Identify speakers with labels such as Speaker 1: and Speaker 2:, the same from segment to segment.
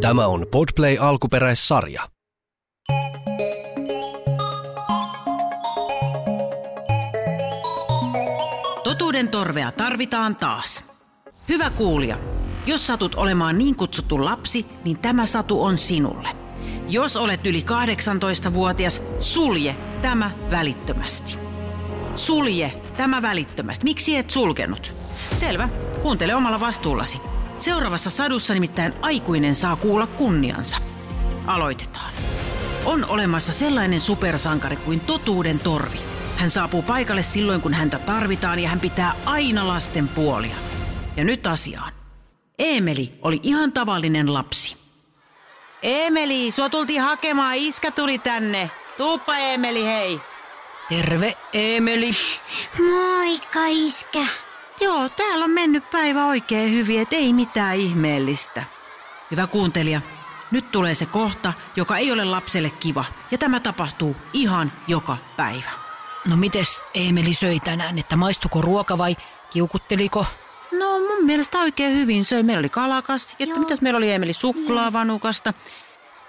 Speaker 1: Tämä on Podplay alkuperäissarja.
Speaker 2: Totuuden torvea tarvitaan taas. Hyvä kuulija, jos satut olemaan niin kutsuttu lapsi, niin tämä satu on sinulle. Jos olet yli 18-vuotias, sulje tämä välittömästi. Sulje tämä välittömästi. Miksi et sulkenut? Selvä, kuuntele omalla vastuullasi. Seuraavassa sadussa nimittäin aikuinen saa kuulla kunniansa. Aloitetaan. On olemassa sellainen supersankari kuin totuuden torvi. Hän saapuu paikalle silloin, kun häntä tarvitaan ja hän pitää aina lasten puolia. Ja nyt asiaan. Eemeli oli ihan tavallinen lapsi. Eemeli, sua tultiin hakemaan, iskä tuli tänne. Tuuppa Eemeli, hei.
Speaker 3: Terve, Emeli.
Speaker 4: Moikka iskä.
Speaker 2: Joo, täällä on mennyt päivä oikein hyvin, et ei mitään ihmeellistä. Hyvä kuuntelija, nyt tulee se kohta, joka ei ole lapselle kiva, ja tämä tapahtuu ihan joka päivä.
Speaker 3: No mites Emeli söi tänään, että maistuko ruoka vai kiukutteliko?
Speaker 2: No mun mielestä oikein hyvin söi. Meillä oli kalakasta, ja
Speaker 4: Joo.
Speaker 2: mitäs meillä oli Emeli suklaavanukasta.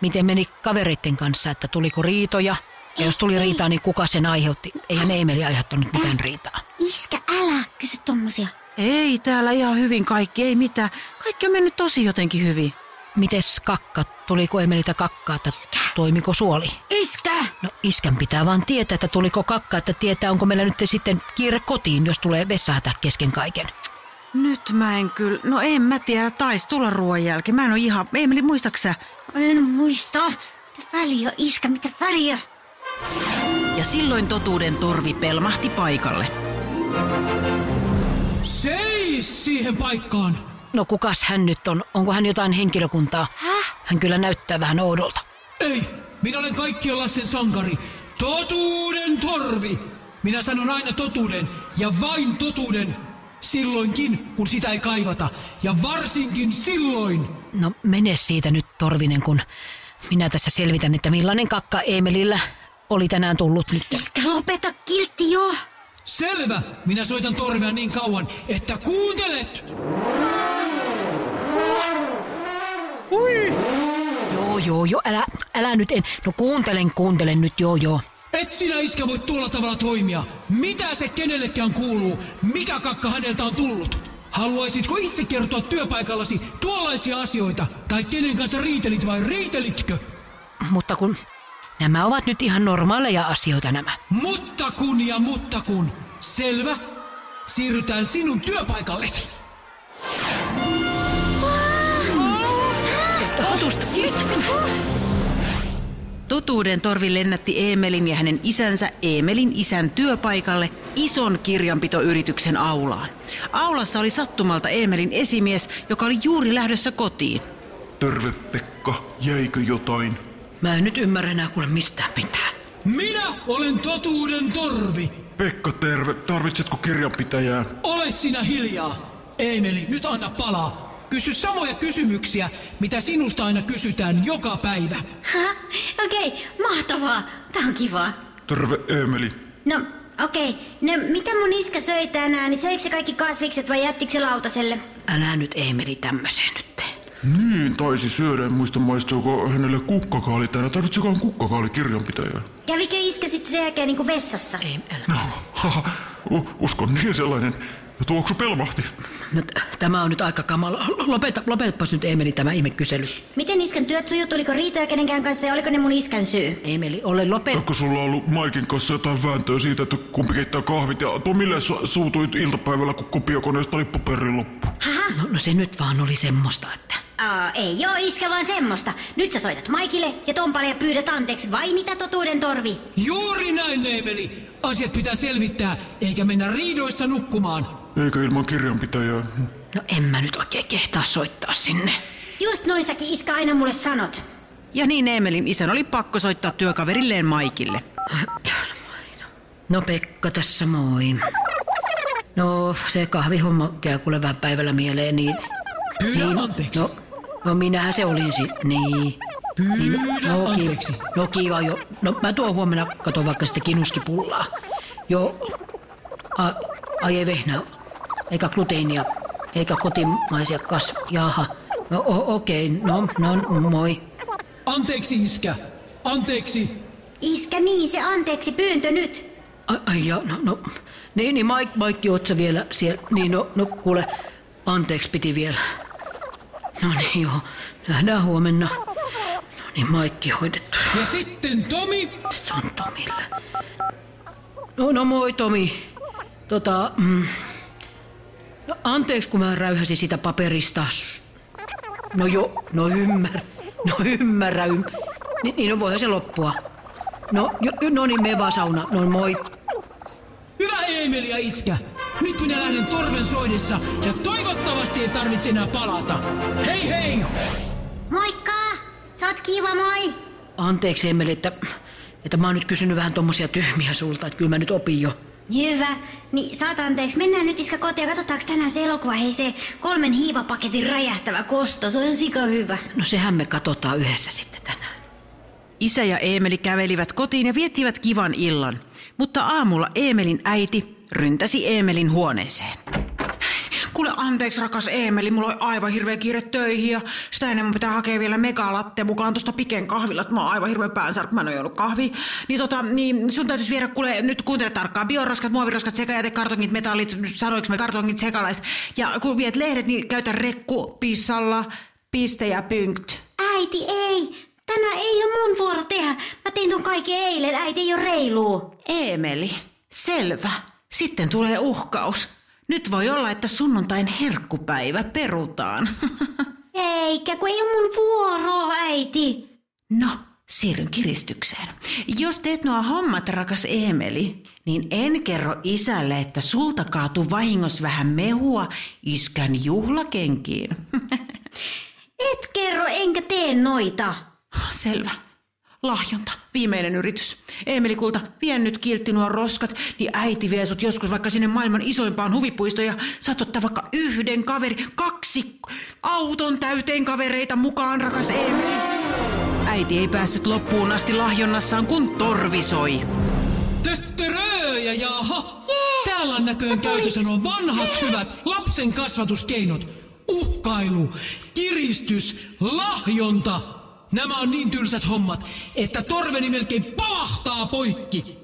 Speaker 3: Miten meni kavereiden kanssa, että tuliko riitoja? Ja jos tuli riitaa, niin kuka sen aiheutti? Eihän Emeli aiheuttanut mitään riitaa.
Speaker 4: Iskä, älä kysy tommosia.
Speaker 2: Ei, täällä ihan hyvin kaikki, ei mitään. Kaikki on mennyt tosi jotenkin hyvin.
Speaker 3: Mites kakka? Tuliko Emeliltä kakkaa, että toimiko suoli?
Speaker 4: Iskä!
Speaker 3: No iskän pitää vaan tietää, että tuliko kakkaa, että tietää onko meillä nyt sitten kiire kotiin, jos tulee vessahätä kesken kaiken.
Speaker 2: Nyt mä en kyllä, no en mä tiedä, taisi tulla ruoan jälkeen. Mä en oo ihan, Emeli muistaksä?
Speaker 4: En muista. Mitä väliä, iskä, mitä väliä?
Speaker 2: Ja silloin totuuden torvi pelmahti paikalle.
Speaker 5: Seis siihen paikkaan!
Speaker 3: No kukas hän nyt on? Onko hän jotain henkilökuntaa?
Speaker 4: Häh?
Speaker 3: Hän kyllä näyttää vähän oudolta.
Speaker 5: Ei, minä olen kaikkien lasten sankari. Totuuden torvi! Minä sanon aina totuuden ja vain totuuden. Silloinkin, kun sitä ei kaivata. Ja varsinkin silloin.
Speaker 3: No mene siitä nyt Torvinen, kun minä tässä selvitän, että millainen kakka Emelillä oli tänään tullut nyt.
Speaker 4: Iskä, lopeta kiltti jo.
Speaker 5: Selvä, minä soitan torvea niin kauan, että kuuntelet!
Speaker 3: Joo, joo, joo, älä, älä nyt en. No kuuntelen, kuuntelen nyt, joo, joo.
Speaker 5: Et sinä iskä voi tuolla tavalla toimia. Mitä se kenellekään kuuluu? Mikä kakka häneltä on tullut? Haluaisitko itse kertoa työpaikallasi tuollaisia asioita? Tai kenen kanssa riitelit vai riitelitkö?
Speaker 3: Mutta kun nämä ovat nyt ihan normaaleja asioita nämä.
Speaker 5: Mutta kun ja mutta kun. Selvä. Siirrytään sinun työpaikallesi.
Speaker 3: Totusta,
Speaker 2: Totuuden torvi lennätti Eemelin ja hänen isänsä Eemelin isän työpaikalle ison kirjanpitoyrityksen aulaan. Aulassa oli sattumalta Eemelin esimies, joka oli juuri lähdössä kotiin.
Speaker 6: Terve Pekka, jäikö jotain?
Speaker 3: Mä en nyt ymmärrä enää kuule mistään mitään.
Speaker 5: Minä olen totuuden torvi.
Speaker 6: Pekka terve, tarvitsetko kirjanpitäjää?
Speaker 5: Ole sinä hiljaa. Emeli, nyt anna palaa. Kysy samoja kysymyksiä, mitä sinusta aina kysytään joka päivä.
Speaker 4: Häh? Okei, mahtavaa. Tää on kivaa.
Speaker 6: Terve Eemeli.
Speaker 4: No, okei. No, mitä mun iskä söi tänään? Niin söikö se kaikki kasvikset vai jättikö se lautaselle?
Speaker 3: Älä nyt Emeli tämmöiseen nyt.
Speaker 6: Niin, taisi syödä, en muista maistuuko hänelle kukkakaali tänään. Tarvitsekohan kukkakaali kirjanpitäjää?
Speaker 4: Kävikö iskä sitten sen jälkeen niinku vessassa?
Speaker 3: Ei, älä.
Speaker 6: No, haha, u- uskon niin sellainen. Ja tuoksu pelmahti.
Speaker 3: No, t- tämä on nyt aika kamala. Lopeta, lopetapas nyt Emeli tämä ihmekysely.
Speaker 4: Miten iskän työt sujuu? Tuliko riitoja kenenkään kanssa ja oliko ne mun iskän syy?
Speaker 3: Emeli, ole lopet.
Speaker 6: Onko sulla ollut Maikin kanssa jotain vääntöä siitä, että kumpi keittää kahvit ja Tomille sä suutuit iltapäivällä, kun kopiokoneesta oli paperi loppu?
Speaker 3: No, no se nyt vaan oli semmoista, että...
Speaker 4: Aa, ei joo iskä vaan semmoista. Nyt sä soitat Maikille ja Tompalle ja pyydät anteeksi. Vai mitä totuuden torvi?
Speaker 5: Juuri näin, Emeli. Asiat pitää selvittää, eikä mennä riidoissa nukkumaan.
Speaker 6: Eikä ilman kirjanpitäjää.
Speaker 3: No en mä nyt oikein kehtaa soittaa sinne.
Speaker 4: Just noin säkin iskä aina mulle sanot.
Speaker 2: Ja niin Eemelin isän oli pakko soittaa työkaverilleen Maikille.
Speaker 3: No Pekka tässä moi. No se kahvihomma käy kuule vähän päivällä mieleen, niin...
Speaker 5: Pyydä
Speaker 3: niin,
Speaker 5: anteeksi.
Speaker 3: No, no minähän se olisi, niin...
Speaker 5: Pyydä
Speaker 3: no, ki-
Speaker 5: anteeksi.
Speaker 3: No kiva jo. No mä tuon huomenna, katon vaikka sitä kinuskipullaa. Joo, a, ai ei vehnää, eikä gluteenia, eikä kotimaisia kas... Jaha, No, o- okei, no, no, moi.
Speaker 5: Anteeksi iskä, anteeksi.
Speaker 4: Iskä niin, se anteeksi pyyntö nyt.
Speaker 3: Ai, ai ja, no, no. Niin, niin Mike, Mike, oot sä vielä siellä? Niin, no, no kuule, anteeksi piti vielä. No niin, joo, nähdään huomenna. No niin, Mike hoidettu.
Speaker 5: Ja sitten Tomi,
Speaker 3: Se on Tomille. No, no moi Tomi. Tota, mm, no, anteeksi kun mä räyhäsin sitä paperista. S- No jo, no ymmär, no ymmärrä, ym, niin, niin no voihan se loppua. No, jo, jo- no niin, me vaan sauna. No moi.
Speaker 5: hyvä Emil ja iskä. Nyt minä lähden torven soidessa ja toivottavasti ei tarvitse enää palata. Hei hei!
Speaker 4: Moikka! Sä oot kiva, moi!
Speaker 3: Anteeksi Emeli, että, että mä oon nyt kysynyt vähän tommosia tyhmiä sulta, että kyllä mä nyt opin jo.
Speaker 4: Hyvä. Niin, saat anteeksi. Mennään nyt iskä kotiin ja katsotaanko tänään se elokuva. Hei se kolmen hiivapaketin räjähtävä kosto. Se on sika hyvä.
Speaker 3: No sehän me katsotaan yhdessä sitten tänään.
Speaker 2: Isä ja Eemeli kävelivät kotiin ja viettivät kivan illan, mutta aamulla Eemelin äiti ryntäsi Eemelin huoneeseen. Kuule anteeksi rakas Eemeli, mulla oli aivan hirveä kiire töihin ja sitä ennen mun pitää hakea vielä megalatte mukaan tuosta piken kahvilasta. Mä oon aivan hirveä päänsärky, mä en oo juonut kahvi. Niin tota, niin sun täytyisi viedä, kuule nyt kuuntele tarkkaan, bioraskat, muoviraskat, sekajätekartongit, metallit, sanoinko me kartongit sekalaiset. Ja kun viet lehdet, niin käytä rekku, pissalla, piste ja pynkt.
Speaker 4: Äiti, ei! Tänään ei ole mun vuoro tehdä. Mä tein ton kaiken eilen. Äiti ei ole reiluu.
Speaker 2: Eemeli, selvä. Sitten tulee uhkaus. Nyt voi olla, että sunnuntain herkkupäivä perutaan.
Speaker 4: Eikä, kun ei ole mun vuoro, äiti.
Speaker 2: no, siirryn kiristykseen. Jos teet nuo hommat, rakas Eemeli, niin en kerro isälle, että sulta kaatu vahingossa vähän mehua iskän juhlakenkiin.
Speaker 4: Et kerro, enkä tee noita.
Speaker 2: selvä. Lahjonta. Viimeinen yritys. Eemeli kulta, vie nyt kiltti nuo roskat, niin äiti vie sut joskus vaikka sinne maailman isoimpaan huvipuistoon ja saat ottaa vaikka yhden kaveri, kaksi auton täyteen kavereita mukaan, rakas Eemeli. Äiti ei päässyt loppuun asti lahjonnassaan, kun torvi soi.
Speaker 5: Töttörööjä, jaha! Täällä on näköjään käytössä nuo vanhat hyvät lapsen kasvatuskeinot. Uhkailu, kiristys, lahjonta. Nämä on niin tylsät hommat, että torveni melkein pavahtaa poikki.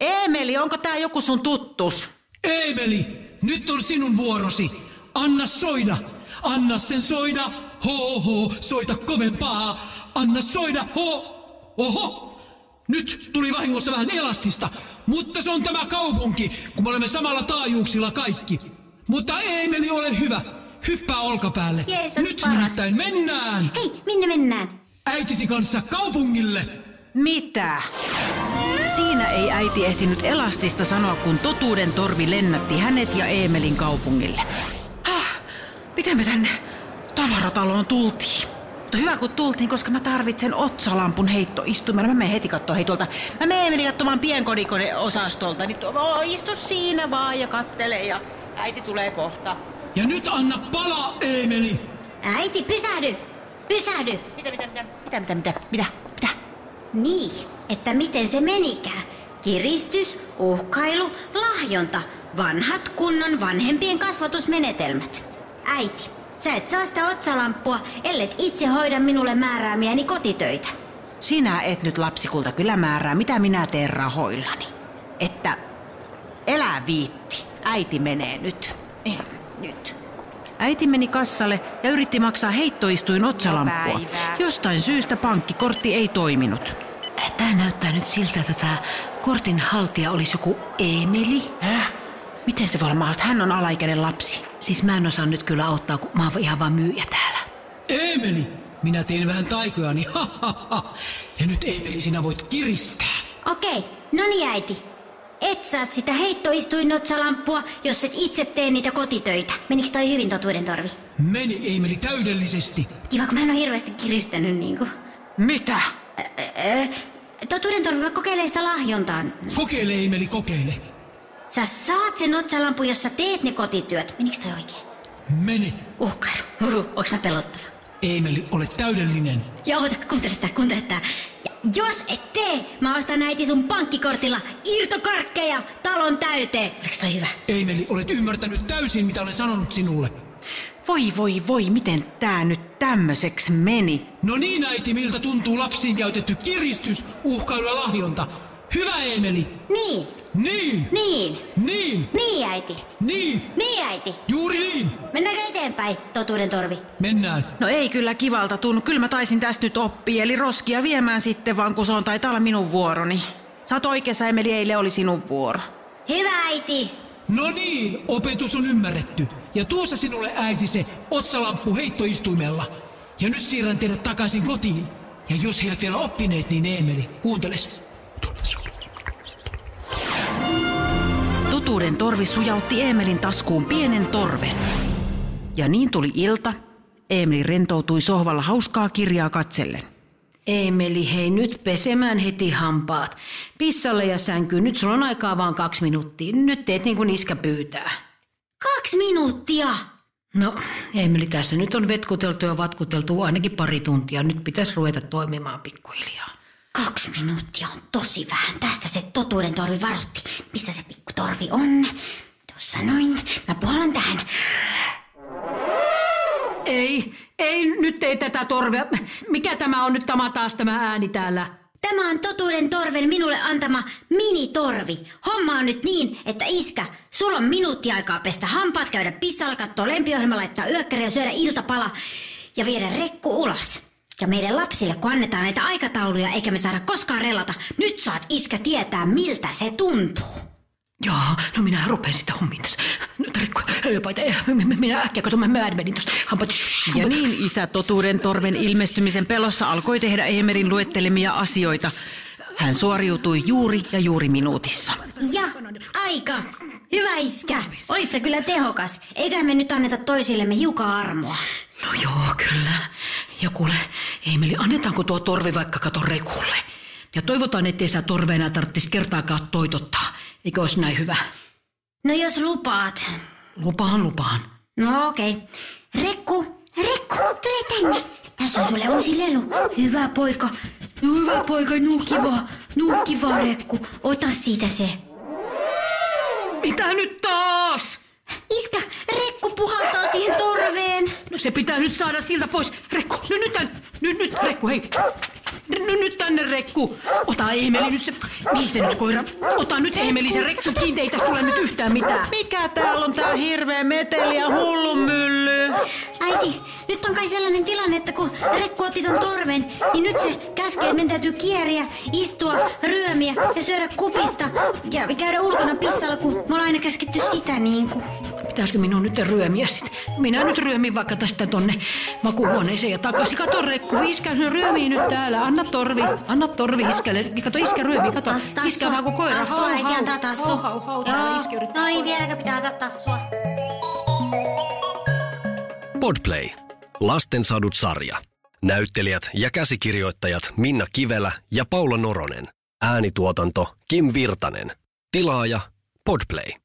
Speaker 2: Eemeli, onko tää joku sun tuttus?
Speaker 5: Eemeli, nyt on sinun vuorosi. Anna soida. Anna sen soida. Ho, ho, soita kovempaa. Anna soida. Ho, oho. Nyt tuli vahingossa vähän elastista, mutta se on tämä kaupunki, kun me olemme samalla taajuuksilla kaikki. Mutta Eemeli, ole hyvä. Hyppää olkapäälle.
Speaker 4: Jeesus
Speaker 5: nyt
Speaker 4: paras.
Speaker 5: nimittäin mennään
Speaker 4: Hei, minne mennään?
Speaker 5: äitisi kanssa kaupungille.
Speaker 2: Mitä? Siinä ei äiti ehtinyt elastista sanoa, kun totuuden torvi lennätti hänet ja Eemelin kaupungille. Häh, miten me tänne tavarataloon tultiin? Mutta hyvä kun tultiin, koska mä tarvitsen otsalampun heittoistuimella. Mä menen heti katsoa hei tuolta. Mä menen meni katsomaan pienkodikone osastolta. Niin tuo, voi, istu siinä vaan ja kattele ja äiti tulee kohta.
Speaker 5: Ja nyt anna palaa, Eemeli.
Speaker 4: Äiti, pysähdy! Pysähdy!
Speaker 2: Mitä, mitä, mitä, mitä, mitä, mitä, mitä, mitä?
Speaker 4: Niin, että miten se menikään. Kiristys, uhkailu, lahjonta. Vanhat kunnon vanhempien kasvatusmenetelmät. Äiti, sä et saa sitä otsalamppua, ellet itse hoida minulle määräämiäni kotitöitä.
Speaker 2: Sinä et nyt lapsikulta kyllä määrää, mitä minä teen rahoillani. Että elää viitti. Äiti menee nyt. Eh, Nyt. Äiti meni kassalle ja yritti maksaa heittoistuin otsalamppua. Jostain syystä pankkikortti ei toiminut.
Speaker 3: Tää näyttää nyt siltä, että tää kortin haltija olisi joku Emeli.
Speaker 2: Häh? Miten se voi olla mahdollista? Hän on alaikäinen lapsi.
Speaker 3: Siis mä en osaa nyt kyllä auttaa, kun mä oon ihan vaan myyjä täällä.
Speaker 5: Eemeli, minä tein vähän taikojani. Ha, ha, ha. Ja nyt Eemeli, sinä voit kiristää.
Speaker 4: Okei, no niin äiti. Et saa sitä heittoistuinotsalamppua, jos et itse tee niitä kotitöitä. Menikö toi hyvin totuuden torvi?
Speaker 5: Meni Eemeli täydellisesti.
Speaker 4: Kiva, kun mä en ole hirveästi kiristänyt niinku.
Speaker 2: Mitä?
Speaker 4: Öö, totuuden torvi, mä kokeilen sitä lahjontaan.
Speaker 5: Kokeile Eemeli, kokeile.
Speaker 4: Sä saat sen otsalampun, jos sä teet ne kotityöt. Menikö toi oikein?
Speaker 5: Meni.
Speaker 4: Uhkailu. Huru, onks mä pelottava?
Speaker 5: Eemeli, ole täydellinen.
Speaker 4: Joo, mutta kuuntele tää, kuuntele tää. Ja jos et tee, mä ostan äiti sun pankkikortilla irtokarkkeja talon täyteen. Oliko toi hyvä?
Speaker 5: Eemeli, olet ymmärtänyt täysin, mitä olen sanonut sinulle.
Speaker 2: Voi voi voi, miten tää nyt tämmöiseksi meni.
Speaker 5: No niin, äiti, miltä tuntuu lapsiin käytetty kiristys, uhkailu ja lahjonta. Hyvä, Emeli.
Speaker 4: Niin,
Speaker 5: Niin,
Speaker 4: niin,
Speaker 5: niin,
Speaker 4: niin äiti,
Speaker 5: niin,
Speaker 4: niin äiti.
Speaker 5: juuri niin.
Speaker 4: Mennäänkö eteenpäin, totuuden torvi?
Speaker 5: Mennään.
Speaker 2: No ei kyllä kivalta tunnu, kyllä mä taisin tästä nyt oppia, eli roskia viemään sitten vaan, kun se on taitaa olla minun vuoroni. Sä oot oikeassa, Emeli, eilen oli sinun vuoro.
Speaker 4: Hyvä äiti.
Speaker 5: No niin, opetus on ymmärretty. Ja tuossa sinulle äiti se otsalamppu heittoistuimella. Ja nyt siirrän teidät takaisin kotiin. Ja jos he eivät vielä oppineet, niin Eemeli, kuunteles.
Speaker 2: Totuuden torvi sujautti Eemelin taskuun pienen torven. Ja niin tuli ilta. Eemeli rentoutui sohvalla hauskaa kirjaa katsellen.
Speaker 3: Emeli, hei nyt pesemään heti hampaat. Pissalle ja sänkyyn. Nyt sulla on aikaa vaan kaksi minuuttia. Nyt teet niin kuin iskä pyytää.
Speaker 4: Kaksi minuuttia.
Speaker 3: No, Emeli, tässä nyt on vetkuteltu ja vatkuteltu ainakin pari tuntia. Nyt pitäisi ruveta toimimaan pikkuhiljaa.
Speaker 4: Kaksi minuuttia on tosi vähän. Tästä se totuuden torvi varoitti. Missä se pikku torvi on? Tuossa noin. Mä puhallan tähän.
Speaker 3: Ei, ei, nyt ei tätä torvea. Mikä tämä on nyt tämä taas tämä ääni täällä?
Speaker 4: Tämä on totuuden torven minulle antama minitorvi. Homma on nyt niin, että iskä, sulla on minuutti aikaa pestä hampaat, käydä pissalla, katsoa lempiohjelma, laittaa yökkäri ja syödä iltapala ja viedä rekku ulos. Ja meidän lapsille, kun annetaan näitä aikatauluja, eikä me saada koskaan relata, nyt saat iskä tietää, miltä se tuntuu.
Speaker 3: Joo, no minä rupean sitä hommiin tässä. Nyt rikko, paita, minä äkkiä kato, mä mä menin tuossa. Hampaat,
Speaker 2: Ja niin isä totuuden torven ilmestymisen pelossa alkoi tehdä Eemelin luettelemia asioita. Hän suoriutui juuri ja juuri minuutissa.
Speaker 4: Ja aika! Hyvä iskä! Olit sä kyllä tehokas. Eikä me nyt anneta toisillemme hiukan armoa.
Speaker 3: No joo, kyllä. Ja kuule, Emeli, annetaanko tuo torvi vaikka kato rekulle? Ja toivotaan, ettei sitä torvea enää tarvitsisi kertaakaan toitottaa. Eikö olisi näin hyvä?
Speaker 4: No jos lupaat.
Speaker 3: Lupaan, lupaan.
Speaker 4: No okei. Rekku, Rekku, tule tänne. Tässä on sulle uusi lelu. Hyvä poika. No, hyvä poika, nuukiva. Nuukiva, Rekku. Ota siitä se.
Speaker 3: Mitä nyt taas?
Speaker 4: Iskä, Rekku puhaltaa siihen torveen.
Speaker 3: No se pitää nyt saada siltä pois. Rekku, no nyt tän, nyt, nyt, Rekku, hei. No nyt tänne, Rekku. Ota Emeli nyt se, mihin se nyt koira? Ota nyt Emeli se Rekku kiinni, ei tästä tule nyt yhtään mitään.
Speaker 2: Mikä täällä on tää hirveä meteli ja hullu mylly?
Speaker 4: Äiti, nyt on kai sellainen tilanne, että kun Rekku otti ton torven, niin nyt se käskee, että meidän täytyy kieriä, istua, ryömiä ja syödä kupista ja käydä ulkona pissalla, kun me ollaan aina käsketty sitä niin kuin.
Speaker 3: Pitäisikö minun nyt ryömiä sit? Minä nyt ryömin vaikka tästä tonne makuuhuoneeseen ja takaisin. Kato rekku, iskä no ryömii nyt täällä. Anna torvi, anna torvi iskälle. Kato iskä ryömii, kato.
Speaker 4: Tassu, tassu.
Speaker 3: Iskä vaan kuin koira.
Speaker 4: Tassu,
Speaker 3: Hau,
Speaker 4: äiti
Speaker 3: hau,
Speaker 4: antaa tassu.
Speaker 3: Hau, hau, hau, täällä iskä yrittää.
Speaker 4: No niin, vieläkö pitää antaa tassua?
Speaker 1: Podplay. Lastensadut sarja. Näyttelijät ja käsikirjoittajat Minna Kivelä ja Paula Noronen. Äänituotanto Kim Virtanen. Tilaaja Podplay.